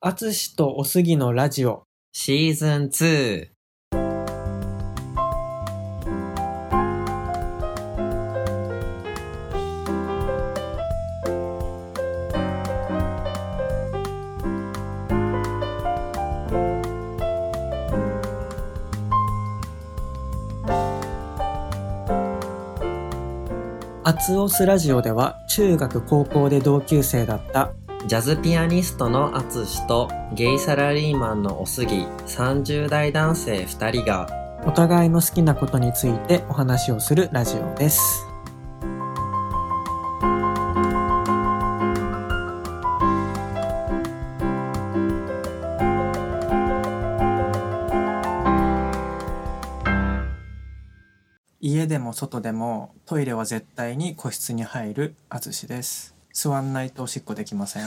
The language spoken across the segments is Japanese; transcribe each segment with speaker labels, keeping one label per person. Speaker 1: あつしとおすぎのラジオ。
Speaker 2: シーズン2。
Speaker 1: あつおすラジオでは、中学高校で同級生だった、
Speaker 2: ジャズピアニストのアツシとゲイサラリーマンのおすぎ30代男性2人が
Speaker 1: お互いの好きなことについてお話をするラジオです。家でも外でもトイレは絶対に個室に入るあつしです。座んないとおしっこできません。い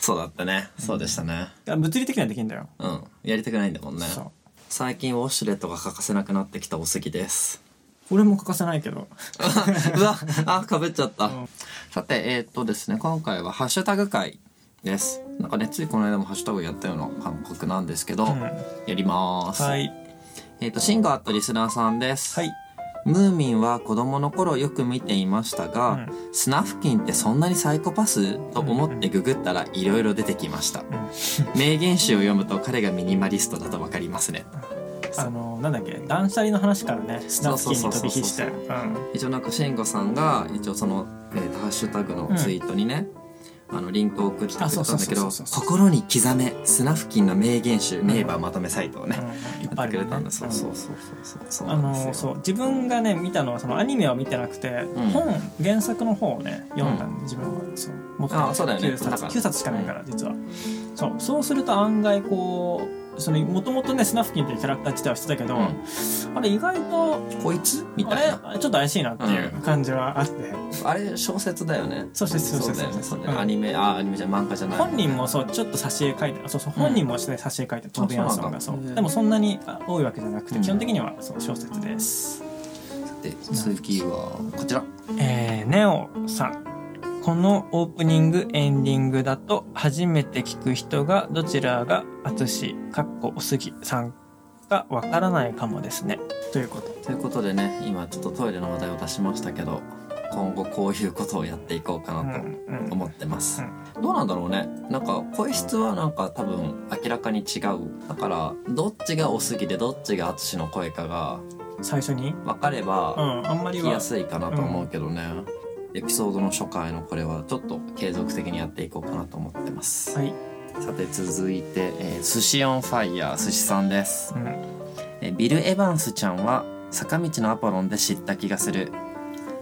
Speaker 2: そうだったねそうでしたね
Speaker 1: や物理的にはできんだよ。
Speaker 2: うん、やりたくないんだもんね
Speaker 1: そう。
Speaker 2: 最近ウォシュレットが欠かせなくなってきたおすぎです
Speaker 1: 俺も欠かせないけど。
Speaker 2: うわあかぶっちゃった、
Speaker 1: うん
Speaker 2: さてえーっとですね今回はハッシュタグ会ですなんかねついこの間もハッシュタグやったような感覚なんですけど、
Speaker 1: うん
Speaker 2: やります、
Speaker 1: はい。
Speaker 2: えーっとシンガーとリスナーさんです、
Speaker 1: はい。
Speaker 2: ムーミンは子供の頃よく見ていましたが、
Speaker 1: うん
Speaker 2: スナフキンってそんなにサイコパスと思ってググったらいろいろ出てきました、名言集を読むと彼がミニマリストだとわかりますね
Speaker 1: あのなんだっけ断捨離の話からねスナ
Speaker 2: そ
Speaker 1: フ
Speaker 2: う
Speaker 1: キ
Speaker 2: そう
Speaker 1: ン
Speaker 2: そ
Speaker 1: に
Speaker 2: うそう
Speaker 1: 飛び火して
Speaker 2: そう
Speaker 1: うん
Speaker 2: 一応なんか慎吾さんが一応その、えーとハッシュタグのツイートにね、あのリンクを送ってくれたんだ
Speaker 1: あそうそ
Speaker 2: け
Speaker 1: うそ
Speaker 2: ど
Speaker 1: うそうそう
Speaker 2: 心に刻めスナフキンの名言集、名場まとめサイトをね、
Speaker 1: うんいっ
Speaker 2: や
Speaker 1: ぱ
Speaker 2: っ
Speaker 1: いあ
Speaker 2: て
Speaker 1: るよ
Speaker 2: くれ
Speaker 1: ね
Speaker 2: たんだ、そうそううそうそうそうんな
Speaker 1: あ
Speaker 2: んです
Speaker 1: のそ
Speaker 2: よ
Speaker 1: う自分がね見たのはそのアニメは見てなくて、
Speaker 2: ん
Speaker 1: 本原作の方をね読んだんで、自分はそう持って
Speaker 2: あそうだよね
Speaker 1: 9
Speaker 2: だ
Speaker 1: 冊
Speaker 2: から
Speaker 1: 9冊しかないから実は、そうそうすると案外こうそのもともとねスナフキンっていうキャラクター自体はしてたけど、あれ意外と
Speaker 2: こいつみ
Speaker 1: あ
Speaker 2: たい
Speaker 1: れ
Speaker 2: な
Speaker 1: ちょっと怪しいなっていう感じはあって、
Speaker 2: あれ小説だよね
Speaker 1: そうですそう
Speaker 2: そう
Speaker 1: です
Speaker 2: だよね
Speaker 1: そ
Speaker 2: そうう
Speaker 1: で
Speaker 2: だ
Speaker 1: す
Speaker 2: よねアニメあアニメじゃ漫画じゃない
Speaker 1: 本人もそうちょっと挿絵描いてあそうそう
Speaker 2: うん
Speaker 1: 本人もして挿絵描いてトーベ・ヤンソンが
Speaker 2: あそ
Speaker 1: そう
Speaker 2: なんだ
Speaker 1: うでもそんなにあ多いわけじゃなくて、
Speaker 2: うん
Speaker 1: 基本的にはそう小説です、
Speaker 2: で次はこちら
Speaker 1: えーネオさんこのオープニングエンディングだと初めて聞く人がどちらが淳かっこおすぎさんかわからないかもですねということ
Speaker 2: ということでね今ちょっとトイレの話題を出しましたけど今後こういうことをやっていこうか
Speaker 1: うん
Speaker 2: なと
Speaker 1: うん
Speaker 2: 思ってます、
Speaker 1: う
Speaker 2: どうなんだろうねなんか声質はなんか多分明らかに違うだからどっちがおすぎでどっちが淳の声かが
Speaker 1: 最初に
Speaker 2: 分かれ
Speaker 1: う
Speaker 2: ば
Speaker 1: んあんまり
Speaker 2: 聞き
Speaker 1: は
Speaker 2: やすいかなと思うけどね、エピソードの初回のこれはちょっと継続的にやっていこうかなと思ってます、
Speaker 1: はい、
Speaker 2: さて続いて、えー、寿司オンファイヤー寿司さんです
Speaker 1: うん、
Speaker 2: えービル・エヴァンスちゃんは坂道のアポロンで知った気がする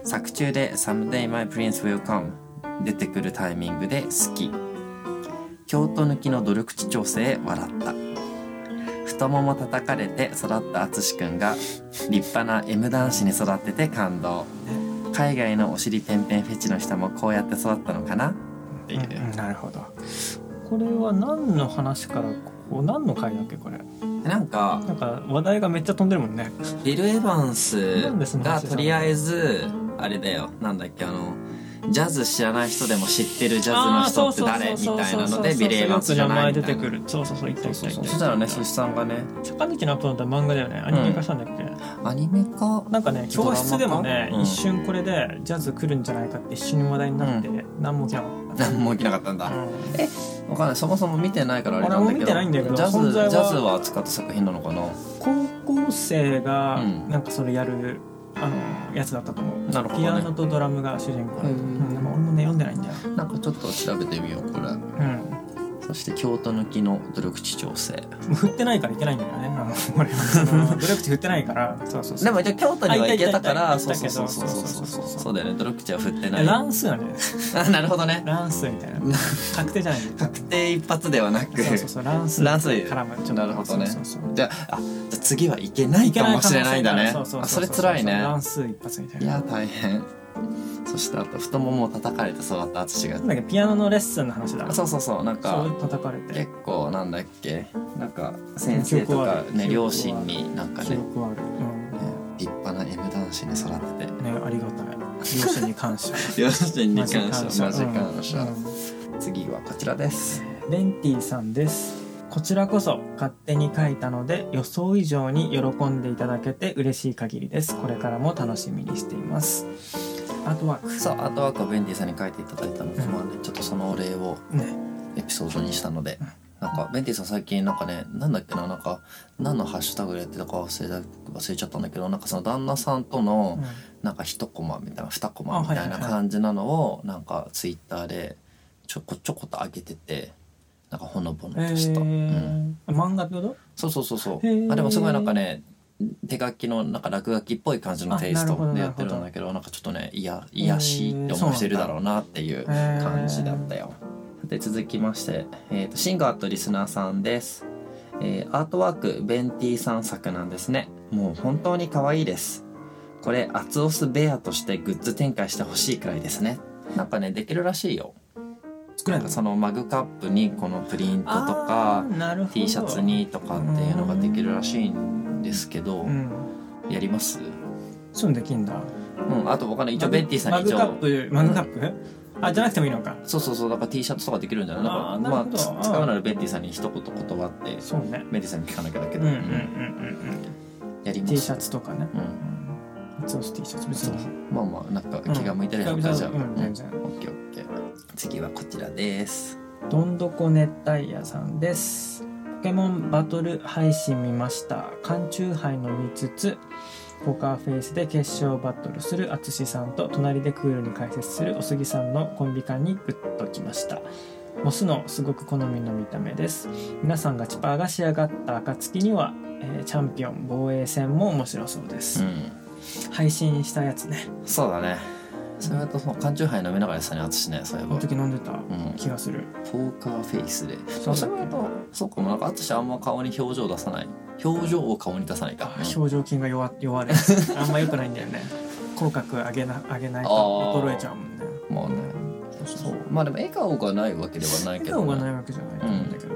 Speaker 2: 作中で「Someday my prince will come」出てくるタイミングで好き京都抜きの努力値調整へ笑った太もも叩かれて育った淳くんが立派な M 男子に育ってて感動海外のお尻ペンペンフェチの人もこうやって育ったのかなっていう
Speaker 1: うんうんなるほどこれは何の話からこう何の回だっけこれ
Speaker 2: なんか
Speaker 1: なんか話題がめっちゃ飛んでるもんね。
Speaker 2: ビル・エヴァン
Speaker 1: なんでそ
Speaker 2: ス
Speaker 1: の
Speaker 2: が
Speaker 1: 話したの
Speaker 2: とりあえずあれだよなんだっけあのジャズ知らない人でも知ってるジャズの人って誰みたいなのでビル・エヴァンスじゃないみ
Speaker 1: よく
Speaker 2: たい
Speaker 1: 名前出て
Speaker 2: な
Speaker 1: くる。そうそうそう、いったいったいった。
Speaker 2: しさんがね
Speaker 1: 坂道のアップロードは漫画だよね。アニメ化したんだっけ、
Speaker 2: アニメ化
Speaker 1: なんかね、教室でもね、
Speaker 2: ドラマ化うん
Speaker 1: 一瞬これでジャズ来るんじゃないかって一瞬話題になって、何も起きなかった。
Speaker 2: 何も起きなかったん
Speaker 1: う
Speaker 2: だ
Speaker 1: ん
Speaker 2: わかんないそもそも見てないからあれなんだ
Speaker 1: 俺も
Speaker 2: けど
Speaker 1: 見てないんだけど
Speaker 2: ジャ
Speaker 1: 存
Speaker 2: ズジ
Speaker 1: 在は
Speaker 2: ャズは扱った作品なのかな
Speaker 1: 高校生が
Speaker 2: うん
Speaker 1: なんかそれやる、あのやつだったと思う。
Speaker 2: なるほど
Speaker 1: ピ
Speaker 2: ね
Speaker 1: アノとドラムが主人公。う
Speaker 2: へー
Speaker 1: んでも俺もね、読んでないんだよ。
Speaker 2: なんかちょっと調べてみようこれ
Speaker 1: うん。
Speaker 2: そして京都抜きの努力値調整
Speaker 1: 振ってないからいけないんだよね。あの 俺は その、努力値振ってないから。そうそうそう。
Speaker 2: でも一応京都には行けたか
Speaker 1: あ
Speaker 2: ら
Speaker 1: 行
Speaker 2: そ
Speaker 1: っ
Speaker 2: う
Speaker 1: た
Speaker 2: そ
Speaker 1: 行っ
Speaker 2: う
Speaker 1: た
Speaker 2: そ
Speaker 1: 行った
Speaker 2: うそうそう
Speaker 1: そうそ
Speaker 2: そう
Speaker 1: うそうそう
Speaker 2: そうだよね努力値は振ってない
Speaker 1: 乱数なんだよね
Speaker 2: あなるほどね
Speaker 1: 乱数みたいな確定じゃ ないんだよ
Speaker 2: 確定一発ではなく
Speaker 1: そうそうそう乱数
Speaker 2: 乱数
Speaker 1: 絡むちょっと
Speaker 2: なるほどね
Speaker 1: そうそうそう
Speaker 2: じゃああじゃあ次はいけないかもしれないんだね
Speaker 1: そうそう
Speaker 2: あ
Speaker 1: そ
Speaker 2: そうれ辛いね
Speaker 1: 乱数一発みたい
Speaker 2: い
Speaker 1: な
Speaker 2: や大変そしてあと太ももを叩かれて育った淳が
Speaker 1: なんだっけピアノのレッスンの話だ
Speaker 2: そうそうそうなん
Speaker 1: そ
Speaker 2: か
Speaker 1: う叩かれて
Speaker 2: 結構なんだっけなんか先生
Speaker 1: 記
Speaker 2: と
Speaker 1: 憶
Speaker 2: か
Speaker 1: はあ
Speaker 2: ね
Speaker 1: る
Speaker 2: 両親になんか
Speaker 1: 記
Speaker 2: ねね
Speaker 1: 憶はある
Speaker 2: 立派な M 男子に育ってて
Speaker 1: うんねありがたい両親に感謝
Speaker 2: 両親に感謝マジ
Speaker 1: マジ
Speaker 2: 感謝
Speaker 1: うんうん
Speaker 2: 次はこちらです。
Speaker 1: ベンティさんです。こちらこそ勝手に書いたので予想以上に喜んでいただけて嬉しい限りです。これからも楽しみにしています。アートワー
Speaker 2: そう、アートワークはベンディさんに書いていただいたので、まあね、ちょっとそのお礼を
Speaker 1: クね。
Speaker 2: エピソードにしたので
Speaker 1: うん、
Speaker 2: なんか、ベンティさん最近なんかね、なんだっけな、なんか、何のハッシュタグでやってたか忘れた忘れちゃったんだけど、なんかその旦那さんとの、
Speaker 1: うん
Speaker 2: なんか一コマみたいな二コ
Speaker 1: あ
Speaker 2: マみ
Speaker 1: はいはい
Speaker 2: たい
Speaker 1: は
Speaker 2: ない感じなのをなんかツイッターでちょこちょこと上げててなんかほのぼの
Speaker 1: え
Speaker 2: とした、うん、
Speaker 1: ー漫画ってこと
Speaker 2: そうそうそうそう、
Speaker 1: へー
Speaker 2: あでもすごいなんかね手書きのなんか落書きっぽい感じのテイス
Speaker 1: あなるほど
Speaker 2: トでや
Speaker 1: なる
Speaker 2: っ
Speaker 1: ほ
Speaker 2: て
Speaker 1: ど
Speaker 2: るんだけどなんかちょっとねいや癒やしって思ってるだろうなっていう感じだったよ。で続きまして、えー、とシンガーとリスナーさんです、えーアートワークベンティさん作なんですねもう本当に可愛いですこれアツオスベアとしてグッズ展開してほしいくらいですねなんかねできるらしいよ
Speaker 1: 作れる
Speaker 2: なん
Speaker 1: の
Speaker 2: かそのマグカップにこのプリントと
Speaker 1: あ
Speaker 2: か
Speaker 1: ーなるほど
Speaker 2: T シャツにとかっていうのができるらしいんですけど、
Speaker 1: うん
Speaker 2: やります
Speaker 1: そういうのできんだ
Speaker 2: うんあとわかんない一応ベンティさん
Speaker 1: マグ
Speaker 2: に一
Speaker 1: カップ
Speaker 2: 応
Speaker 1: マグカップ、あじゃなくてもいいのか
Speaker 2: そうそうそうだから T シャツとかできるんじゃないだ
Speaker 1: あーな
Speaker 2: から
Speaker 1: る
Speaker 2: ま
Speaker 1: ほ
Speaker 2: あ
Speaker 1: ど
Speaker 2: つ
Speaker 1: うん
Speaker 2: 使うならベンティさんに一言断って
Speaker 1: そうね
Speaker 2: メディさんに聞かなきゃだけ
Speaker 1: う
Speaker 2: ど、
Speaker 1: んうんうんうん
Speaker 2: やり
Speaker 1: うん
Speaker 2: ます
Speaker 1: T シャツとかね
Speaker 2: うん
Speaker 1: うんそう T シャツ別
Speaker 2: そう
Speaker 1: に
Speaker 2: まあまあなんか気が向いたらやめ
Speaker 1: う
Speaker 2: た
Speaker 1: ん
Speaker 2: じゃん、
Speaker 1: うん全然
Speaker 2: オッケーオッケー次はこちらです
Speaker 1: どんどこ熱帯夜さんですポケモンバトル配信見ました缶中杯飲みつつポーカーフェイスで決勝バトルする淳さんと隣でクールに解説するお杉さんのコンビ感にグッときましたモスのすごく好みの見た目です皆さんがチパーが仕上がった暁には、えーチャンピオン防衛戦も面白そうです、
Speaker 2: ん
Speaker 1: 配信したやつね
Speaker 2: そうだねそれだとその缶チューハイ飲みながらやってたね私ねそういえ
Speaker 1: こ
Speaker 2: ば、う
Speaker 1: の時飲んでた
Speaker 2: ん、
Speaker 1: 気がする
Speaker 2: ポーカーフェイスで
Speaker 1: そうだ
Speaker 2: そ
Speaker 1: っ
Speaker 2: れ
Speaker 1: け
Speaker 2: だとそうかもなんか私あんま顔に表情出さない表情を顔に出さないか、
Speaker 1: あー表情筋が弱弱い あんま良くないんだよね口角上げな上げないと
Speaker 2: あー
Speaker 1: 衰えちゃうもんね
Speaker 2: うんまあねそうまあでも笑顔がないわけではないけ
Speaker 1: 笑顔
Speaker 2: ど、ね、
Speaker 1: がないわけじゃないと思うんだけど、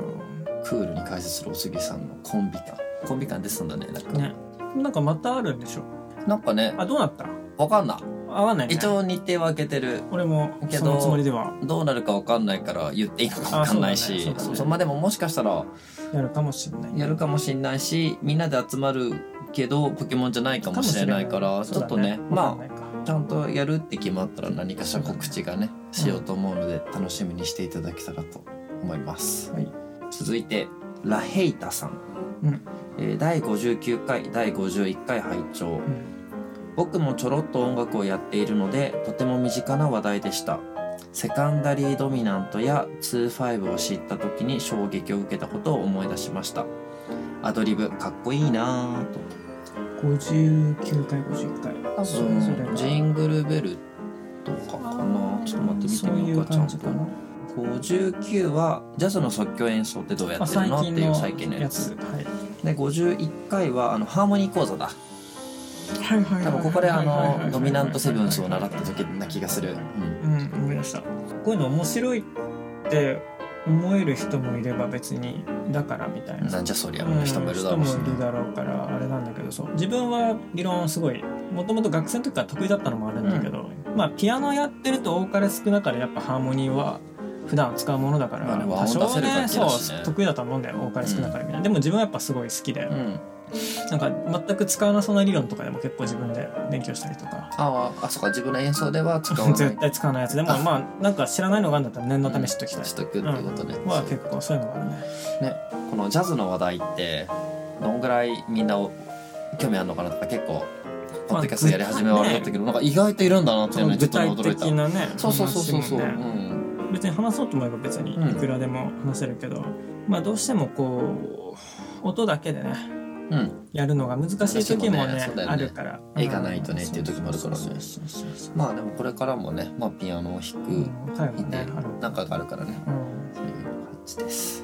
Speaker 2: クールに解説するお杉さんのコンビ感コンビ感ですんだねなんか
Speaker 1: ねなんかまたあるんでしょ
Speaker 2: なんかね
Speaker 1: あどうなった
Speaker 2: わかんない
Speaker 1: 合わないね
Speaker 2: 一応日程は開けてる
Speaker 1: 俺も
Speaker 2: け
Speaker 1: そ
Speaker 2: ど
Speaker 1: のつもりでは
Speaker 2: どうなるかわかんないから言っていいのかわかんない
Speaker 1: あ
Speaker 2: し
Speaker 1: そうだねそうだね
Speaker 2: そうそうまあでももしかしたら
Speaker 1: やるかもしれない
Speaker 2: やるかもしんないしみんなで集まるけどポケモンじゃないかもしれないからちょっとねまあちゃんとやるって決まったら何かしら告知がねしようと思うので楽しみにしていただけたらと思います、
Speaker 1: はい
Speaker 2: 続いてラヘイタさん、
Speaker 1: うん
Speaker 2: えー第59回第51回拝聴
Speaker 1: あ、うん
Speaker 2: 僕もちょろっと音楽をやっているのでとても身近な話題でしたセカンダリードミナントや2-5を知った時に衝撃を受けたことを思い出しましたアドリブかっこいいなぁと
Speaker 1: 59回51回多
Speaker 2: 多
Speaker 1: 分それが
Speaker 2: 分ジングルベルとかかなちょっと待って見て
Speaker 1: そう
Speaker 2: み
Speaker 1: い
Speaker 2: よ
Speaker 1: う
Speaker 2: うかちゃ
Speaker 1: 感
Speaker 2: ん
Speaker 1: じ
Speaker 2: と
Speaker 1: かな
Speaker 2: 59はジャズの即興演奏ってどうや
Speaker 1: あ
Speaker 2: ってる
Speaker 1: 最
Speaker 2: のって
Speaker 1: 近
Speaker 2: いう
Speaker 1: の
Speaker 2: 最近のや
Speaker 1: や
Speaker 2: つ
Speaker 1: つはい
Speaker 2: で51回はあのハーモニー講座だ
Speaker 1: はいはい
Speaker 2: 多
Speaker 1: はい
Speaker 2: 分ここであのドミナントセブンスを習った時な気がする、うん
Speaker 1: うん、思い出した。こういうの面白いって思える人もいれば別にだからみたいな。
Speaker 2: なんじゃそりゃもう人もいるだろうし、
Speaker 1: 人もいるだろうからあれなんだけどそう自分は議論すごいもともと学生の時から得意だったのもあるんだけど、まあピアノやってると多かれ少なかれやっぱハーモニーは普段使うものだから、
Speaker 2: まあね和
Speaker 1: 多
Speaker 2: 音出
Speaker 1: 少
Speaker 2: せる
Speaker 1: ね
Speaker 2: 楽器だしね
Speaker 1: そう得意だと思うんだよ多かれ少なかれみたいな、でも自分はやっぱすごい好きで、
Speaker 2: うん、
Speaker 1: なんか全く使わなそうな理論とかでも結構自分で勉強したりとか
Speaker 2: あああそっか自分の演奏では使わな い
Speaker 1: 絶対使わないやつでも
Speaker 2: あ
Speaker 1: まあなんか知らないのがあるんだったら念のため知っときたい
Speaker 2: しとくってことね,、
Speaker 1: は結構そういうのがあるね
Speaker 2: ねこのジャズの話題ってどんぐらいみんなお興味あるのかなとか結構ポッドキャストやり始めはあれだったけど、なんか意外といるんだなって
Speaker 1: そ
Speaker 2: いうの
Speaker 1: の
Speaker 2: にちょ
Speaker 1: 具
Speaker 2: っとね
Speaker 1: 体
Speaker 2: 驚いた
Speaker 1: 的なね
Speaker 2: そうそうそうそうそう、
Speaker 1: 話もね別に話そうと思えば別に
Speaker 2: うん
Speaker 1: いくらでも話せるけど、まあどうしてもこう音だけでね
Speaker 2: うん、うん、
Speaker 1: やるのが難しい時もね
Speaker 2: 難しいもんねそうだよね
Speaker 1: あるから
Speaker 2: 絵がないとねっていう時もあるからね
Speaker 1: そうそうそうそう
Speaker 2: まあでもこれからもね、まあ、ピアノを弾
Speaker 1: う
Speaker 2: く
Speaker 1: ん最後
Speaker 2: 弾い
Speaker 1: ね
Speaker 2: て
Speaker 1: ある
Speaker 2: なんかがあるからね
Speaker 1: うん
Speaker 2: そういう感じです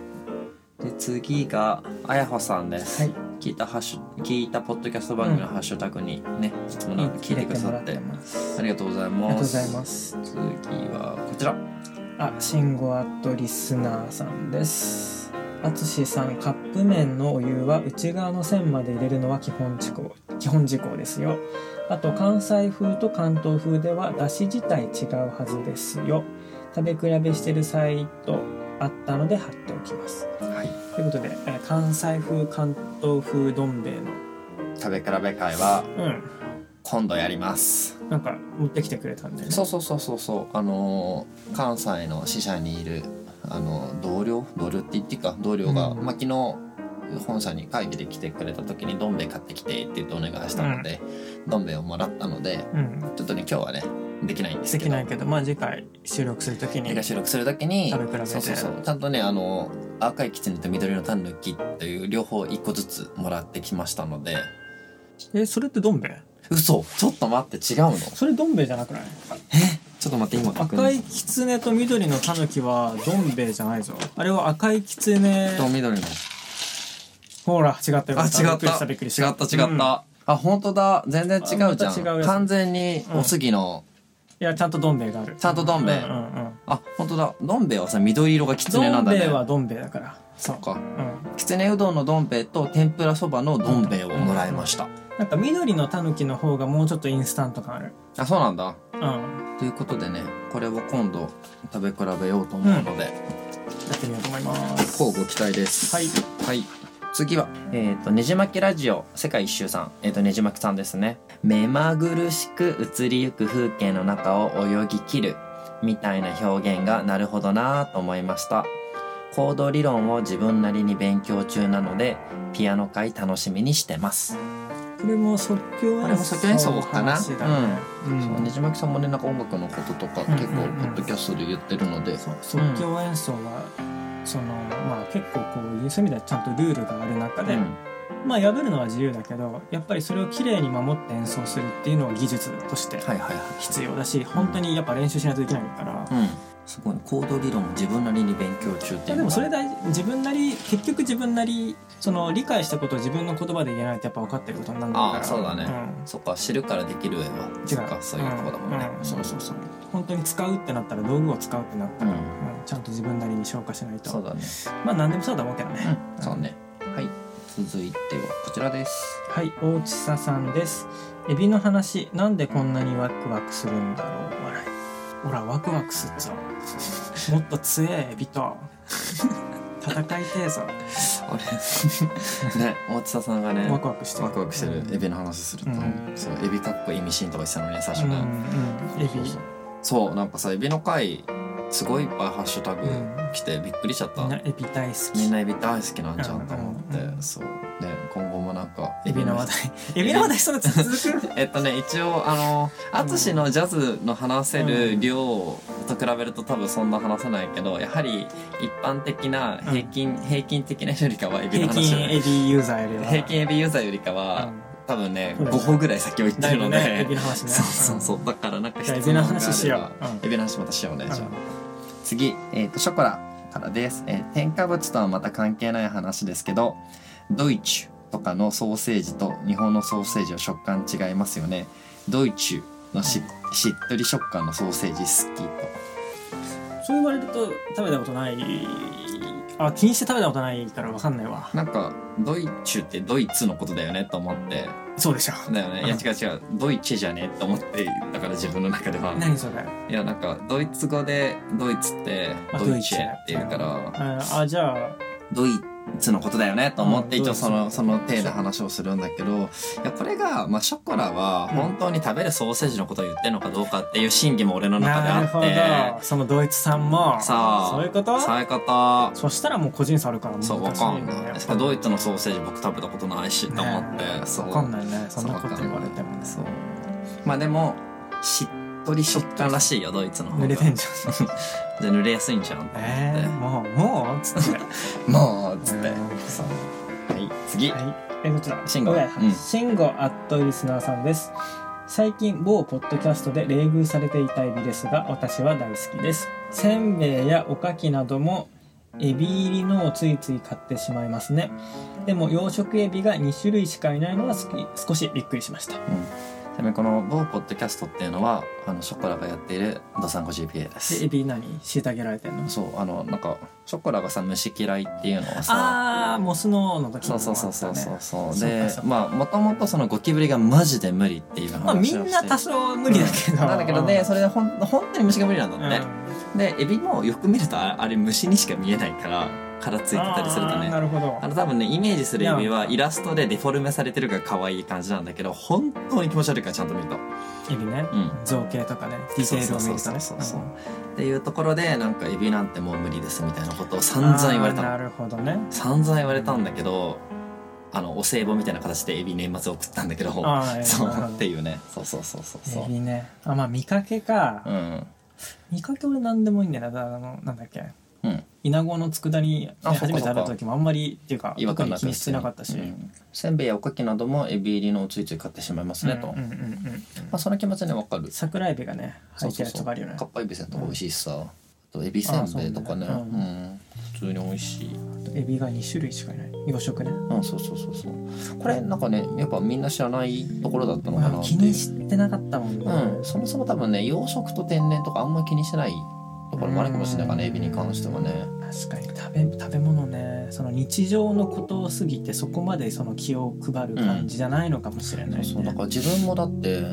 Speaker 2: で次があやほさんです、
Speaker 1: はい
Speaker 2: 聞いたハッシュ聞いたポッドキャスト番組のハッシュタグにね、いつもなんか聞いてくださって
Speaker 1: ます
Speaker 2: ありがとうござい
Speaker 1: ありがとう
Speaker 2: ま
Speaker 1: ご
Speaker 2: す
Speaker 1: ざいます
Speaker 2: 次はこちら
Speaker 1: あ、慎吾アットリスナーさんです。あつしさん、カップ麺のお湯は内側の線まで入れるのは基本事項、基本事項ですよ。あと関西風と関東風では出汁自体違うはずですよ。食べ比べしてるサイトあったので貼っておきます。
Speaker 2: はい、
Speaker 1: ということで、えー関西風関東風どん兵衛の、
Speaker 2: 食べ比べ会は
Speaker 1: う
Speaker 2: 今度やります
Speaker 1: ん、なんか持ってきてくれたんでね。
Speaker 2: そうそうそうそうそうあのー関西の支社にいるあの同僚同僚って言っていいか同僚が、
Speaker 1: うん
Speaker 2: まあ、昨日本社に会議で来てくれた時にどん兵衛買ってきてって言ってお願いしたので、どん兵衛をもらったので
Speaker 1: うん。
Speaker 2: ちょっとね今日はねできないんです
Speaker 1: で
Speaker 2: け
Speaker 1: き
Speaker 2: ど
Speaker 1: ないけど、まあ次回収録するときに
Speaker 2: 映画。収録するときに
Speaker 1: 食べ比べて
Speaker 2: そうそうそうちゃんとねあの赤いキツネと緑のタンヌキという両方一個ずつもらってきましたので
Speaker 1: え、それってどん兵衛
Speaker 2: 嘘ちょっと待って違うの
Speaker 1: それどん兵衛じゃなくない
Speaker 2: ちょっと待って今確認
Speaker 1: 赤いキツネと緑のタヌキはどん兵衛じゃないぞ。あれは赤いキツネ。
Speaker 2: と緑の
Speaker 1: ほら、違ったよ。
Speaker 2: あ、違
Speaker 1: び
Speaker 2: っ。
Speaker 1: っくりしたた、びっ
Speaker 2: 違った、
Speaker 1: く
Speaker 2: 違
Speaker 1: りした。
Speaker 2: った、
Speaker 1: うんい
Speaker 2: あ、本当だ。全然違うじゃ。
Speaker 1: あまた違うんやつ
Speaker 2: 完全におすぎの、
Speaker 1: や、ちゃんとどん兵衛がある。
Speaker 2: ちゃんとどん兵衛
Speaker 1: うんうんうん。
Speaker 2: あ、本当だ。どん兵衛はさ、緑色がきつねな
Speaker 1: ど
Speaker 2: ん
Speaker 1: ん
Speaker 2: だ
Speaker 1: 兵
Speaker 2: ね
Speaker 1: 衛。はどん兵衛だから。そ
Speaker 2: そっか。
Speaker 1: う。うん。
Speaker 2: きつねうどんのどん兵衛と天ぷらそばのどん兵衛をもらいました。
Speaker 1: なんか緑のタヌキの方がもうちょっとインスタント感ある。
Speaker 2: あ、そうなんだ。
Speaker 1: うん。や
Speaker 2: ということでね、これを今度食べ比べようと思うので、
Speaker 1: ってみようと思います。
Speaker 2: 乞うご期待です。
Speaker 1: はい。
Speaker 2: はい。次は、えっ、と、ねじまきラジオ、世界一周さん、えっ、と、ねじまきさんですね。目まぐるしく移りゆく風景の中を泳ぎ切る、みたいな表現がなるほどなぁと思いました。行動理論を自分なりに勉強中なので、ピアノ会楽しみにしてます。
Speaker 1: これも即興
Speaker 2: これも即興演奏かな
Speaker 1: そうだねう
Speaker 2: そうんねじまきさんもね、なんか音楽のこととか、
Speaker 1: うんうんうん
Speaker 2: 結構、ポッドキャストで言ってるので、
Speaker 1: そう即興演奏は、そのまあ結構こういうそういう意味ではちゃんとルールがある中で、
Speaker 2: うん
Speaker 1: まあ破るのは自由だけどやっぱりそれをきれいに守って演奏するっていうのは技術として
Speaker 2: はいはいはい。
Speaker 1: 必要だし、本当にやっぱ練習しないといけないから、
Speaker 2: うん。すごい、行動理論を自分なりに勉強中っ
Speaker 1: いや
Speaker 2: ていうのが
Speaker 1: でもそれ大事自分なり結局自分なりその理解したことを自分の言葉で言えないとやっぱ分かってることになるんだから
Speaker 2: ああそうだね
Speaker 1: ん
Speaker 2: そっか知るからできる上は
Speaker 1: 違
Speaker 2: そうっかそういうとこだもんね、
Speaker 1: うんうん
Speaker 2: そうそうそう、
Speaker 1: 本当に使うってなったら道具を使うってなったら、
Speaker 2: うん
Speaker 1: うんちゃんと自分なりに消化しないと
Speaker 2: そうだね、
Speaker 1: まあ何でもそうだもんけどね、
Speaker 2: うん、そうねはい続いてはこちらです
Speaker 1: はい、大内ささんです。エビの話、なんでこんなにワクワクするんだろう、笑い。ほら、ワクワクすっぞ。もっと強え、エビと。戦いてえぞ。
Speaker 2: あれ ね大津田さんがね
Speaker 1: ワクワクしてる。
Speaker 2: ワクワクしてるエビの話すると、
Speaker 1: うん
Speaker 2: そうエビかっこいいミシンとかしてたのね最
Speaker 1: う
Speaker 2: 初
Speaker 1: ん、う
Speaker 2: ね、
Speaker 1: ん、エビ。
Speaker 2: そうそうそうなんかさエビの回すごいいっぱいハッシュタ
Speaker 1: う
Speaker 2: グ
Speaker 1: ん
Speaker 2: 来てびっくりしちゃった、
Speaker 1: みんなエビ大好
Speaker 2: みん
Speaker 1: き。
Speaker 2: なエビ大好きなんじゃんと思って、
Speaker 1: うんうんうん
Speaker 2: そうで今後もなんか
Speaker 1: エビの話題。エビの話題、そんな続く
Speaker 2: えっとね一応あの淳のジャズの話せる量と比べると多分そんな話せないけどやはり一般的な平均、平均的な人よりか はエビの
Speaker 1: 平
Speaker 2: 話を
Speaker 1: 均
Speaker 2: ね
Speaker 1: エビユーザーよりは。
Speaker 2: 平均エビユーザーよりか
Speaker 1: う
Speaker 2: は、
Speaker 1: ん
Speaker 2: 多分ね
Speaker 1: そうだ
Speaker 2: 5
Speaker 1: ね
Speaker 2: 歩ぐらい先を行って
Speaker 1: だい
Speaker 2: るの
Speaker 1: ぶ
Speaker 2: で、
Speaker 1: ね、エビの話ね。
Speaker 2: そうそうそううだからなんか
Speaker 1: ん。じゃあ、エ
Speaker 2: 質
Speaker 1: ビ
Speaker 2: 問
Speaker 1: の
Speaker 2: が
Speaker 1: 話しよ
Speaker 2: あ
Speaker 1: う。うん
Speaker 2: ればエビの話またしようねじゃあ
Speaker 1: うん
Speaker 2: 次、えっとショコラからです、えー添加物とはまた関係ない話ですけどドイツとかのソーセージと日本のソーセージは食感違いますよねドイツのししっとり食感のソーセージ好きと
Speaker 1: そう言われると食べたことないあ気にして食べたことないから分かんないわ
Speaker 2: なんかドイツってドイツのことだよねと思って
Speaker 1: そうでしょ
Speaker 2: だよねいや
Speaker 1: うん
Speaker 2: 違う違うドイツじゃねと思ってだから自分の中では
Speaker 1: 何それ
Speaker 2: いやなんかドイツ語でドイツって
Speaker 1: あ
Speaker 2: ドイツェっていうから
Speaker 1: ああじゃあ
Speaker 2: ドイツのことだよねと思って
Speaker 1: うん
Speaker 2: 一応その
Speaker 1: ドイツ
Speaker 2: その体で話をするんだけどいやこれが、まあ、ショコラは本当に食べるソーセージのことを言ってるのかどうかっていう審議も俺の中で
Speaker 1: なるほ
Speaker 2: あって
Speaker 1: どそのドイツさんも
Speaker 2: さあ
Speaker 1: そういうこと
Speaker 2: そういうこと
Speaker 1: そしたらもう個人差あるから難しい
Speaker 2: そ
Speaker 1: よ
Speaker 2: う
Speaker 1: ね
Speaker 2: わかん
Speaker 1: や
Speaker 2: ない
Speaker 1: っ
Speaker 2: し
Speaker 1: ぱ
Speaker 2: か
Speaker 1: り
Speaker 2: もドイツのソーセージ僕食べたことないしと思って、
Speaker 1: ね
Speaker 2: そう
Speaker 1: わかんないねそんなこ
Speaker 2: そう
Speaker 1: と言われてもね
Speaker 2: そうまあでもしっとり食感らしいよドイツの方が
Speaker 1: 濡れてんじ ゃん
Speaker 2: で濡れやすいんじゃんと思って、
Speaker 1: えー、もうもうつって
Speaker 2: もう つって、
Speaker 1: うん
Speaker 2: そうはい次、
Speaker 1: はいえどっちだ
Speaker 2: 慎吾
Speaker 1: ごめ
Speaker 2: うん
Speaker 1: ん慎吾アットリスナーさんです最近某ポッドキャストで冷遇されていたエビですが私は大好きですせんべいやおかきなどもエビ入りのをついつい買ってしまいますねでも養殖エビが2種類しかいないのは好き少しびっくりしました、
Speaker 2: んちなみにこの某ポッドキャストっていうのはあのショコラがやっているドサンコ GPA で
Speaker 1: ですエビ何虐げられてんの
Speaker 2: そうあのなんかショコラがさ虫嫌いっていうのはさ
Speaker 1: ああモスのの時
Speaker 2: そ
Speaker 1: もあ
Speaker 2: う
Speaker 1: った
Speaker 2: そ
Speaker 1: ね
Speaker 2: うそうそうそうそう
Speaker 1: そうか
Speaker 2: で
Speaker 1: そうか
Speaker 2: まあもともとそのゴキブリがマジで無理っていう話をして
Speaker 1: まあみんな多少無理だけど、
Speaker 2: なんだけどでそれでほん本当に虫が無理なんだ
Speaker 1: うん
Speaker 2: って、でエビもよく見るとああれ虫にしか見えないから殻ついてたりすると
Speaker 1: あー
Speaker 2: ね
Speaker 1: なるほど
Speaker 2: あの多分ねイメージするエビはイラストでデフォルメされてるから可愛い感じなんだけど本当に気持ち悪いからちゃんと見ると
Speaker 1: エビね
Speaker 2: うん
Speaker 1: 造形とかねディテールを見るとね
Speaker 2: そうそうそうそうっていうところでなんかエビなんてもう無理ですみたいなことを散々言われた
Speaker 1: あー
Speaker 2: の
Speaker 1: なるほどね
Speaker 2: 散々言われたんだけどあのお歳暮みたいな形でエビ年末送ったんだけど
Speaker 1: あー
Speaker 2: そう
Speaker 1: なるほど
Speaker 2: っていうねそうそうそうそうそう
Speaker 1: エビねあまあ見かけか、
Speaker 2: うん
Speaker 1: 見かけ俺何でもいいんだよなだからあのなんだっけ
Speaker 2: うん
Speaker 1: イナゴの佃煮ね
Speaker 2: あそっか
Speaker 1: 初めて食べた時もあんまりっていうか
Speaker 2: 違和
Speaker 1: 特
Speaker 2: 感
Speaker 1: に
Speaker 2: なく
Speaker 1: 気にしてなかったし、
Speaker 2: うんせんべいやおかきなどもエビ入りのおついつい買ってしまいますねと、
Speaker 1: うんうんうんうん
Speaker 2: まあ、その気持ちねわかる
Speaker 1: 桜エビがね入ってるやつとかあるよね
Speaker 2: カッパエビせんとか美味しいしさ、あとエビせんべいとかね
Speaker 1: あそうね
Speaker 2: う
Speaker 1: うん
Speaker 2: ん普通に美味しい
Speaker 1: エビが2種類しかいない養食ね
Speaker 2: うんそうそうそうそうこれなんかねやっぱみんな知らないところだったのかな
Speaker 1: あ
Speaker 2: って
Speaker 1: 気にしてなかったもんね、
Speaker 2: うんそもそも多分ね養殖と天然とかあんま気にしてないところもあるかもしれないからねエビに関してはね
Speaker 1: 確かに食べ食べ物ねその日常のことを過ぎてそこまでその気を配る感じじゃないのかもしれないね、
Speaker 2: そうだから自分もだって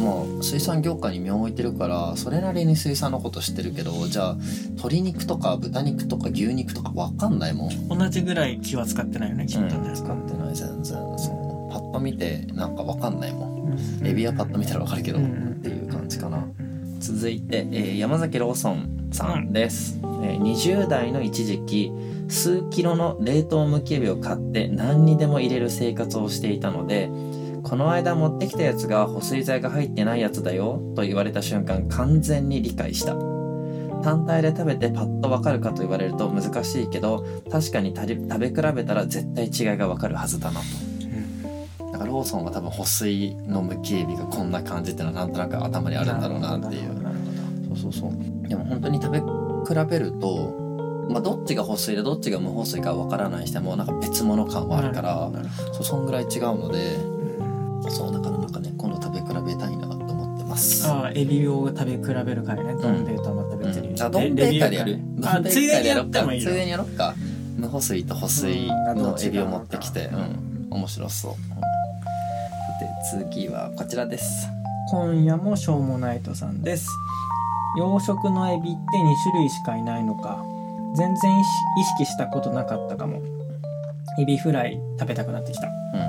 Speaker 2: まあ水産業界に身を置いてるからそれなりに水産のこと知ってるけどじゃあ鶏肉とか豚肉とか牛肉とか分かんないもん
Speaker 1: 同じぐらい気は使ってないよねきっとね、
Speaker 2: 使ってない全然そうパッと見てなんか分かんないもん
Speaker 1: うん
Speaker 2: エビはパッと見たら分かるけど、
Speaker 1: うん
Speaker 2: っていう感じかな続いて、えー山崎ローソンさんです、えー20代の一時期数キロの冷凍むきエビを買って何にでも入れる生活をしていたのでこの間持ってきたやつが保水剤が入ってないやつだよと言われた瞬間完全に理解した単体で食べてパッとわかるかと言われると難しいけど確かにたり食べ比べたら絶対違いがわかるはずだなとだからローソンは多分保水のむきエビがこんな感じってのはなんとなく頭にあるんだろうなっていう
Speaker 1: なるほどなる
Speaker 2: そうそうそうでも本当に食べ比べると、まあ、どっちが保水でどっちが無保水かわからないにしてもなんか別物感はあるから
Speaker 1: ほどなるほ
Speaker 2: そうそんぐらい違うので
Speaker 1: ど
Speaker 2: そうだからなんかね今度食べ比べたいなと思ってます
Speaker 1: ああエビを食べ比べる会ねどん兵衛とはまた別に、
Speaker 2: うん、あどん兵衛会でや
Speaker 1: レ
Speaker 2: る
Speaker 1: ビュー会ね
Speaker 2: どん
Speaker 1: あ
Speaker 2: 兵
Speaker 1: つい
Speaker 2: 衛
Speaker 1: で
Speaker 2: 会で
Speaker 1: にや
Speaker 2: やろ
Speaker 1: っ
Speaker 2: ってか
Speaker 1: もいい
Speaker 2: つ
Speaker 1: よ
Speaker 2: いでにやろっか無保水と保水のエビを持ってきて、うん、面白そうさて次はこちらです
Speaker 1: 今夜もしょうもないとさんです養殖のエビって2種類しかいないのか全然意識意識したことなかったかもエビフライ食べたくなってきた
Speaker 2: うん、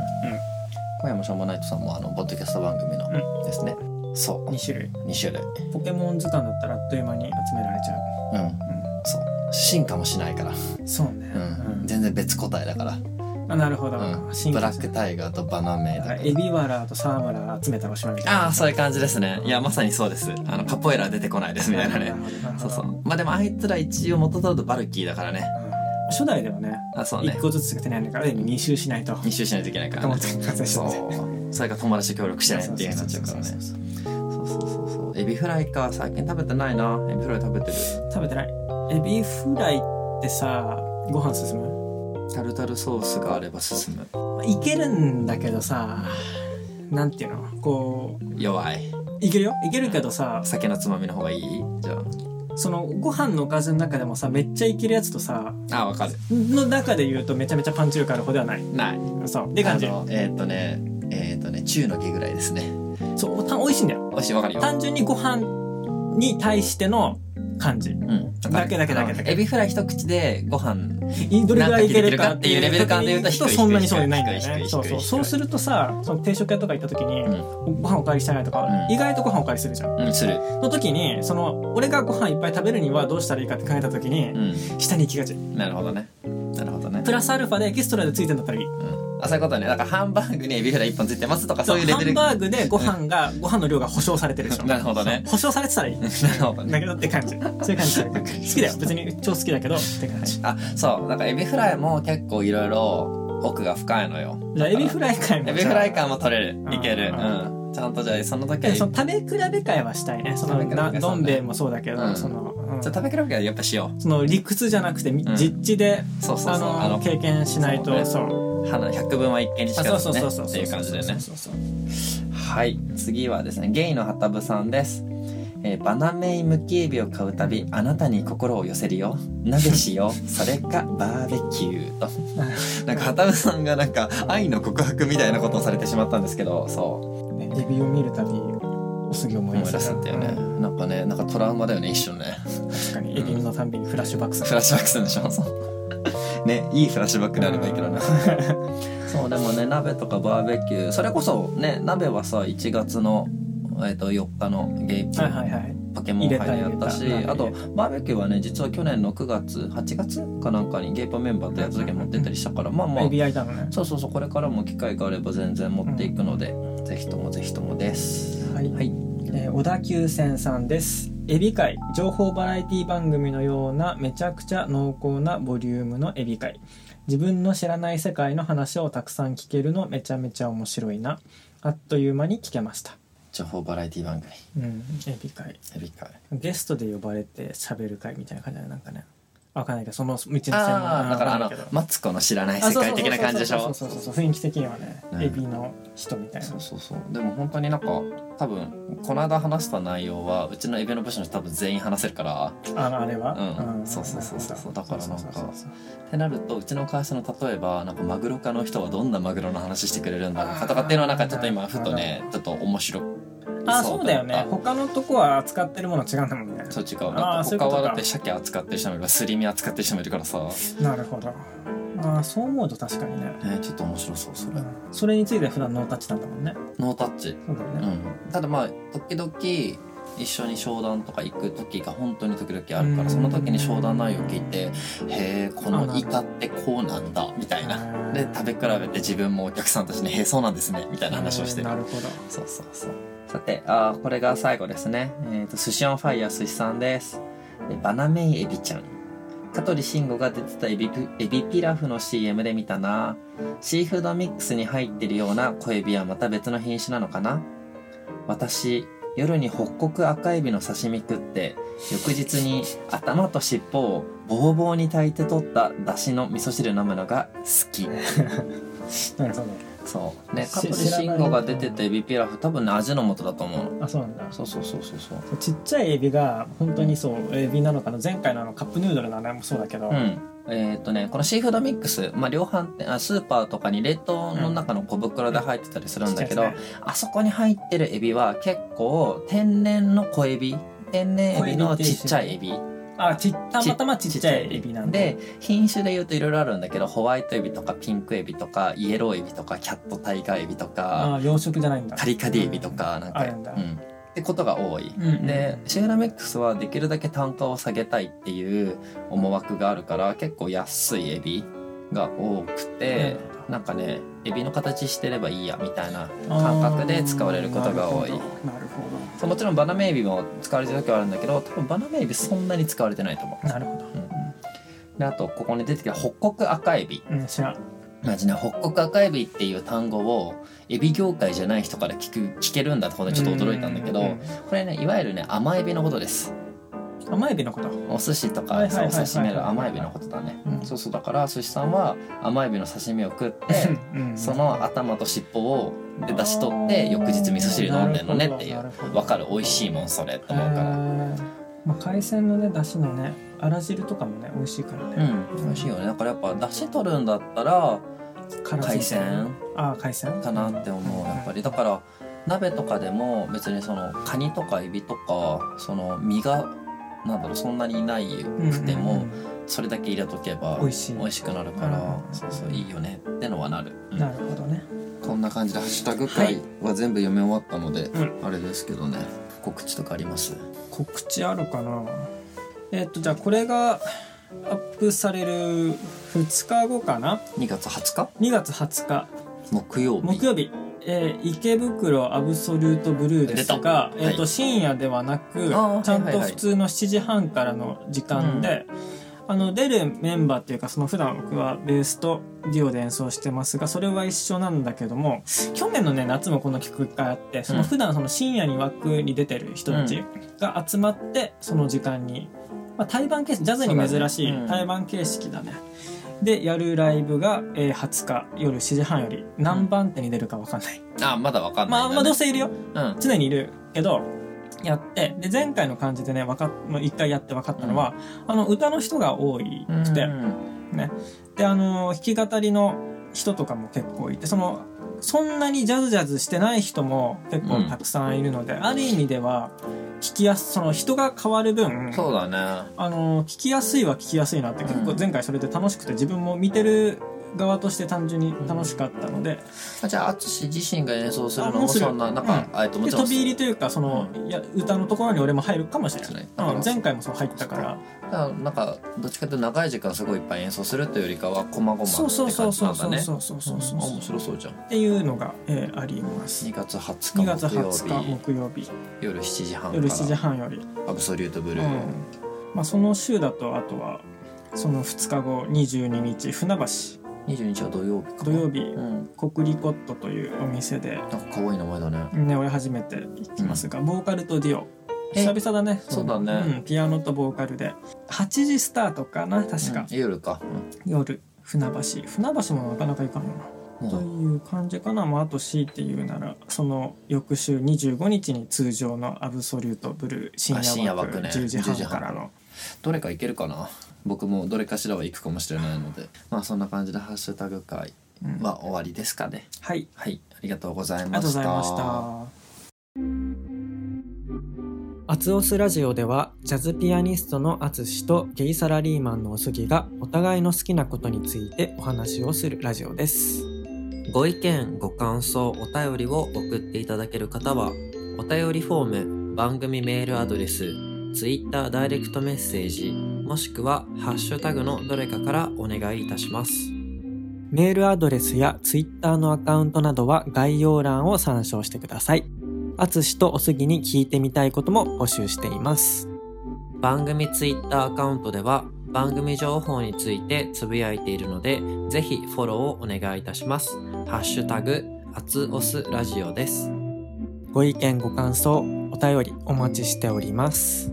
Speaker 2: 今夜もしょうもないとさんもあのポッドキャスト番組のですね、そう
Speaker 1: 2種類
Speaker 2: 2種類
Speaker 1: ポケモン図鑑だったらあっという間に集められちゃ
Speaker 2: うんそう進化もしないから、
Speaker 1: う、うん、そうね、
Speaker 2: うん全然別個体だから、
Speaker 1: あなるほど、
Speaker 2: うん
Speaker 1: 進
Speaker 2: ブ
Speaker 1: 化
Speaker 2: ラ
Speaker 1: し
Speaker 2: ッ
Speaker 1: て
Speaker 2: クタイガーとバナメイだ
Speaker 1: な
Speaker 2: か
Speaker 1: ん
Speaker 2: ら
Speaker 1: かエビワラとサームラ集めたらおしまいみたいな
Speaker 2: ああそういう感じですねいやまさにそうですあのカポエラ出てこないですみたいなね
Speaker 1: ね
Speaker 2: そうそうまあでもあいつら一応元取るとバルキーだからね
Speaker 1: 初代ではね
Speaker 2: あそうね
Speaker 1: 1個ずつしか手ないんだから2周しないと
Speaker 2: 2周しないといけないから
Speaker 1: 友
Speaker 2: ね
Speaker 1: 達が完成し
Speaker 2: そ
Speaker 1: て
Speaker 2: うそれが友達と協力してないっていうなっちゃうからねそうそうそうそうエビフライか最近食べてないなエビフライ食べてる
Speaker 1: 食べてないエビフライってさご飯進む
Speaker 2: タルタルソースがあれば進む
Speaker 1: いけるんだけどさなんていうのこう
Speaker 2: 弱い
Speaker 1: いけるよいけるけどさ
Speaker 2: 酒のつまみの方がいいじゃ
Speaker 1: そのご飯のおかずの中でもさめっちゃいけるやつとさ
Speaker 2: ああわかる
Speaker 1: の中で言うとめちゃめちゃパンチ力ある方ではない
Speaker 2: ない
Speaker 1: そうって感じ
Speaker 2: あのえーっ、とねえーっ、とね中の毛ぐらいですね
Speaker 1: そうた美味しいんだよ
Speaker 2: おいしいわかるよ
Speaker 1: 単純にご飯に対しての感じ
Speaker 2: うん
Speaker 1: だけだけだけだけ
Speaker 2: あのエビフライ一口でご飯
Speaker 1: いどれぐらいいけるか
Speaker 2: なんか
Speaker 1: っ
Speaker 2: い
Speaker 1: てい
Speaker 2: けるかっていううレベル感で言うと低い低い低い
Speaker 1: そんなにそうでないんだよ
Speaker 2: 低
Speaker 1: ね
Speaker 2: い低い低い
Speaker 1: そうそう
Speaker 2: 低い
Speaker 1: そうするとさその定食屋とか行った時に、
Speaker 2: う
Speaker 1: ご飯おかわりしたいなとか、
Speaker 2: うん
Speaker 1: 意外とご飯おかわりするじゃん
Speaker 2: うんする
Speaker 1: の時にその俺がご飯いっぱい食べるにはどうしたらいいかって考えた時に、
Speaker 2: う
Speaker 1: 下に行きがち
Speaker 2: んなるほどねなるほどね
Speaker 1: プラスアルファでエキストラでついてんだったらいい
Speaker 2: うんあそういうことねだからハンバーグにエビフライ一本ついてますとかそういうレ
Speaker 1: ハ
Speaker 2: ベル
Speaker 1: ンバーグでご飯がご飯の量が保証されてるでしょ
Speaker 2: なるほどね
Speaker 1: 保証されてたらいい
Speaker 2: なるほどね
Speaker 1: だけどって感じそういう感じ好きだよ別に超好きだけどって感じ
Speaker 2: あそうだからエビフライも結構いろいろ奥が深いのよ
Speaker 1: じゃあエビフライ会も
Speaker 2: エビフライ感も取れる
Speaker 1: ん
Speaker 2: いけるうんちゃんとじゃあその時は
Speaker 1: でその食べ比べ会はしたいねその
Speaker 2: 食べ比べ
Speaker 1: な
Speaker 2: 会
Speaker 1: どん兵衛もそうだけど、
Speaker 2: うん
Speaker 1: その、うん
Speaker 2: じゃあ食べ比べはやっぱしよ
Speaker 1: その理屈じゃなくてみ
Speaker 2: うん
Speaker 1: 実地で、
Speaker 2: うそうそう
Speaker 1: あ
Speaker 2: そう
Speaker 1: の経験しないとそう,、
Speaker 2: 花百分は一見にし
Speaker 1: あ
Speaker 2: か
Speaker 1: そうそう
Speaker 2: ずね
Speaker 1: そうそう
Speaker 2: っていう感じでね
Speaker 1: そうそうそう
Speaker 2: ははい次はですねゲイのハタブさんです、えーバナメイムキエビを買うたびあなたに心を寄せるよ鍋しよ うそれかバーベキューと なんかハタブさんがなんか愛の告白みたいなことをされてしまったんですけどそう
Speaker 1: ねレビューを見るたびおすぎ思い
Speaker 2: 思
Speaker 1: 出
Speaker 2: い
Speaker 1: す
Speaker 2: 出すんだよねなんかねなんかトラウマだよね一瞬ね
Speaker 1: 確かにエビューのたんびにフラッシュバックす
Speaker 2: フ
Speaker 1: る
Speaker 2: ラッシュバックするんでしょそう ねいいフラッシュバックであればいいけどねそうでもね鍋とかバーベキューそれこそね鍋はさ1月の、えっと4日のゲイ
Speaker 1: はいはいはい
Speaker 2: ポケモン杯でやったし
Speaker 1: 入れた入れた
Speaker 2: あとバーベキューはね実は去年の9月8月かなんかにゲイパメンバーとやった時持ってったりしたからまあまあ
Speaker 1: エビ焼いたのね
Speaker 2: そうそうそうこれからも機会があれば全然持っていくので、ぜひともぜひともです
Speaker 1: はい、
Speaker 2: はい
Speaker 1: えー小田急線さんですエビ界情報バラエティ番組のようなめちゃくちゃ濃厚なボリュームのエビ界自分の知らない世界の話をたくさん聞けるのめちゃめちゃ面白いなあっという間に聞けました
Speaker 2: 情報バラエティ番組
Speaker 1: うんエビ界
Speaker 2: エビ会
Speaker 1: ゲストで呼ばれて喋る会みたいな感じでなんかねわかんないけどその道の線
Speaker 2: ああだから
Speaker 1: わ
Speaker 2: あ
Speaker 1: んない
Speaker 2: の
Speaker 1: けど
Speaker 2: マツコの知らない世界的な感じでしょ
Speaker 1: そうそうそうそうそうそうそう雰囲気的にはね、
Speaker 2: うん
Speaker 1: エビの人みたいな
Speaker 2: そうそうそうでも本当になんか多分この間話した内容はうちのエベの部署の人多分全員話せるから
Speaker 1: あのあれは
Speaker 2: うんそうそうそうそう
Speaker 1: そう
Speaker 2: だからなんか
Speaker 1: そうそうそうそう
Speaker 2: ってなるとうちの会社の例えばなんかマグロ科の人はどんなマグロの話してくれるんだろうかとかっていうのはなんかちょっと今ふとねちょっと面白
Speaker 1: あそうだよね
Speaker 2: だっ
Speaker 1: 他のとこは扱ってるもの違うんだもんね
Speaker 2: たそう違うなん
Speaker 1: あ
Speaker 2: か
Speaker 1: ーそういう
Speaker 2: 他
Speaker 1: ことか
Speaker 2: はだって鮭扱ってる人もいればすり身扱ってる人もいるからさ、ね、
Speaker 1: なるほどああそう思うと確かにね
Speaker 2: ちょっと面白そうそれ
Speaker 1: それについて普段ノータッチなんだもんね
Speaker 2: ノータッチ
Speaker 1: そうだよ
Speaker 2: う
Speaker 1: ね、
Speaker 2: んただまあ時々一緒に商談とか行く時が本当に時々あ
Speaker 1: う
Speaker 2: るか
Speaker 1: ん
Speaker 2: らその時に商談内容聞いて「へえこのイカってこうなんだ」みたいな
Speaker 1: あー
Speaker 2: で食べ比べて自分もお客さんたちに「へえそうなんですね」みたいな話をしてる
Speaker 1: なるほど
Speaker 2: そうそうそうさてあーこれが最後ですねえっ、と寿司オンファイヤー寿司さんですえバナメイエビちゃん香取慎吾が出てたエビピエビピラフの CM で見たなシーフードミックスに入ってるような小エビはまた別の品種なのかな私夜に北国赤エビの刺身食って翌日に頭と尻尾をボーボーに炊いて取った出汁の味噌汁飲むのが好き
Speaker 1: なるほ
Speaker 2: そうね
Speaker 1: し
Speaker 2: 香取
Speaker 1: 知らない
Speaker 2: 慎吾が出てたエビピラフ多分ね味の素だと思うの
Speaker 1: どあそうなんだ
Speaker 2: そうそうそうそうそう
Speaker 1: ちっちゃいエビが本当にそうエビなのかな前回のあのカップヌードルのあれもそうだけど、
Speaker 2: うんえーっとねこのシーフードミックス、まあ、量販店あスーパーとかに冷凍の中の小袋で入ってたりするんだけど、
Speaker 1: ちっちゃい
Speaker 2: あそこに入ってるエビは結構天然の小エビ天然エビのちっちゃいエビ
Speaker 1: あちたまたまちっちゃいエビなんで
Speaker 2: で品種で言うといろいろあるんだけどホワイトエビとかピンクエビとかイエローエビとかキャットタイガーエビとか
Speaker 1: あー養殖じゃないんだ
Speaker 2: カリカディエビとかなんか、
Speaker 1: あ
Speaker 2: う
Speaker 1: るんだ
Speaker 2: ん、ってことが多い。
Speaker 1: うんうん
Speaker 2: でシェーラメックスはできるだけ単価を下げたいっていう思惑があるから結構安いエビが多くて、なんかねエビの形してればいいやみたいな感覚で使われることが多い
Speaker 1: あーなるほ
Speaker 2: そうもちろんバナメイエビも使われてる時はあるんだけど多分バナメイエビそんなに使われてないと思
Speaker 1: どなるほど
Speaker 2: う、うん、であとここに出てきた北国赤エビ
Speaker 1: うん知らん
Speaker 2: マジね北国赤エビっていう単語をエビ業界じゃない人から聞く聞けるんだってことにちょっと驚いたんだけ
Speaker 1: う
Speaker 2: ど
Speaker 1: ん
Speaker 2: これねいわゆるね甘エビのことです
Speaker 1: 甘エビのこと
Speaker 2: お寿司と
Speaker 1: はい
Speaker 2: か
Speaker 1: はいはい
Speaker 2: そう
Speaker 1: は
Speaker 2: お
Speaker 1: い
Speaker 2: 刺身の甘エビのことだね、
Speaker 1: うん
Speaker 2: そうそうだから寿司さんは甘エビの刺身を食って
Speaker 1: うん
Speaker 2: その頭と尻尾をで出し取って翌日味噌汁飲んでんのねってい
Speaker 1: なる
Speaker 2: う
Speaker 1: ほど
Speaker 2: わかる美味しいもんそれって思うから
Speaker 1: へーまあ、海鮮のねだしのねあら汁とかもね美味しいから
Speaker 2: う
Speaker 1: ね、
Speaker 2: ん美味しいよねだからやっぱ出汁取るんだったら
Speaker 1: 辛
Speaker 2: 海
Speaker 1: そう
Speaker 2: 鮮
Speaker 1: ああ海鮮
Speaker 2: かなって思うやっぱりだから鍋とかでも別にそのカニとかエビとかその身がなんだろうそんなにないくても、
Speaker 1: うんうん
Speaker 2: それだけ入れとけば
Speaker 1: 美味しい
Speaker 2: 美味しくなるから
Speaker 1: うん
Speaker 2: そうそういいよねってのはなる、
Speaker 1: うんなるほどね
Speaker 2: こんな感じでハッシュタグ
Speaker 1: 会
Speaker 2: は全部読み終わったので、
Speaker 1: う
Speaker 2: あれですけどね告知とかあります
Speaker 1: 告知あるかなえっとじゃあこれがアップされる2日後かな
Speaker 2: 2月20日
Speaker 1: 2月20日
Speaker 2: 木曜日
Speaker 1: 木曜日、えー池袋アブソリュートブルーです
Speaker 2: 出
Speaker 1: が
Speaker 2: た、
Speaker 1: えーと
Speaker 2: はい
Speaker 1: 深夜ではなくち
Speaker 2: あー
Speaker 1: ゃん
Speaker 2: はいはい
Speaker 1: と
Speaker 2: はい
Speaker 1: 普通の7時半からの時間で、あの出るメンバーっていうかその普段僕はベースとデュオで演奏してますがそれは一緒なんだけども去年のね夏もこの企画があってその普段その深夜に枠に出てる人たちが集まってその時間に。ままあ、対バン形式、ジャズに珍し
Speaker 2: そうだねう
Speaker 1: い
Speaker 2: ん
Speaker 1: 対バン形式だね。で、やるライブが、えー20日夜7時半より何番手に出るかわかんない。
Speaker 2: あまだわかんない
Speaker 1: まあ、
Speaker 2: んだね、
Speaker 1: まあ、どうせいるよ。
Speaker 2: うん
Speaker 1: 常にいるけど、やって、で、前回の感じでね、わかっ、まあ一回やって分かったのは、あの、歌の人が多いくて、
Speaker 2: うん
Speaker 1: で、あの、弾き語りの人とかも結構いて、その、そんなにジャズジャズしてない人も結構たくさんいるので、ある意味では、聞きやす、その人が変わる分、
Speaker 2: そうだね
Speaker 1: あの、聞きやすいは聞きやすいなって結構
Speaker 2: うん
Speaker 1: 前回それで楽しくて、自分も見てる側として単純に楽しかったので、
Speaker 2: あじゃあ淳自身が演奏するの
Speaker 1: あも
Speaker 2: も
Speaker 1: うする
Speaker 2: そんななんか、あえっとも
Speaker 1: で
Speaker 2: ちろ
Speaker 1: 飛
Speaker 2: ん
Speaker 1: び入りというかその、いや歌のところに俺も入るかもしれ
Speaker 2: そう
Speaker 1: ない
Speaker 2: ね、だから
Speaker 1: うん前回もそう入ったから
Speaker 2: だからなんかどっちかというと長い時間すごいいっぱい演奏するというよりかはこまごまって
Speaker 1: そうそうそ
Speaker 2: 感
Speaker 1: う
Speaker 2: じ
Speaker 1: そ
Speaker 2: な
Speaker 1: うん
Speaker 2: だ
Speaker 1: そう
Speaker 2: ね
Speaker 1: そうそうそうそう
Speaker 2: あ面白そうじゃん
Speaker 1: っていうのが、えーあります
Speaker 2: 2月20日
Speaker 1: 2月20
Speaker 2: 木曜日
Speaker 1: 日木曜日
Speaker 2: 夜7時半か
Speaker 1: 夜7時
Speaker 2: ら
Speaker 1: 半より、
Speaker 2: アブソリュートブ
Speaker 1: うん
Speaker 2: ルー、
Speaker 1: まあ、その週だとあとはその2日後22日船橋
Speaker 2: 22日は土曜日か
Speaker 1: 土曜日
Speaker 2: うん
Speaker 1: コクリコットというお店で
Speaker 2: なんか可愛い名前だね
Speaker 1: ね俺初めて行きますが、ボーカルとデュオ
Speaker 2: え
Speaker 1: 久々だね
Speaker 2: そうだね
Speaker 1: んピアノとボーカルで8時スタートかな確か、
Speaker 2: うん夜か、うん
Speaker 1: 夜船橋船橋もなかなか行かないな、
Speaker 2: も
Speaker 1: と
Speaker 2: う
Speaker 1: いう感じかな、まあ、あと強いて言うならその翌週25日に通常の「アブソリュートブルー」深
Speaker 2: あ深
Speaker 1: 夜
Speaker 2: 夜
Speaker 1: 枠
Speaker 2: 枠ね
Speaker 1: 10時半からの
Speaker 2: どれか行けるかな僕もどれかしらは行くかもしれないのでまあそんな感じで「ハッシュタグ会」は終わりですかね、
Speaker 1: はい
Speaker 2: はいありがとうござい
Speaker 1: ありが
Speaker 2: ま
Speaker 1: とうご
Speaker 2: し
Speaker 1: ざいま
Speaker 2: た
Speaker 1: した。アツオスラジオではジャズピアニストのアツシとゲイサラリーマンのおすぎがお互いの好きなことについてお話をするラジオです。
Speaker 3: ご意見、ご感想、お便りを送っていただける方は、お便りフォーム、番組メールアドレス、Twitter ダイレクトメッセージ、もしくは、ハッシュタグのどれかからお願いいたします。
Speaker 1: メールアドレスやツイッターのアカウントなどは概要欄を参照してください。アツシとおすぎに聞いてみたいことも募集しています。
Speaker 3: 番組 Twitter アカウントでは、番組情報についてつぶやいているので、ぜひフォローをお願いいたします。ハッシュタグ、アツオスラジオです。
Speaker 1: ご意見ご感想、お便りお待ちしております。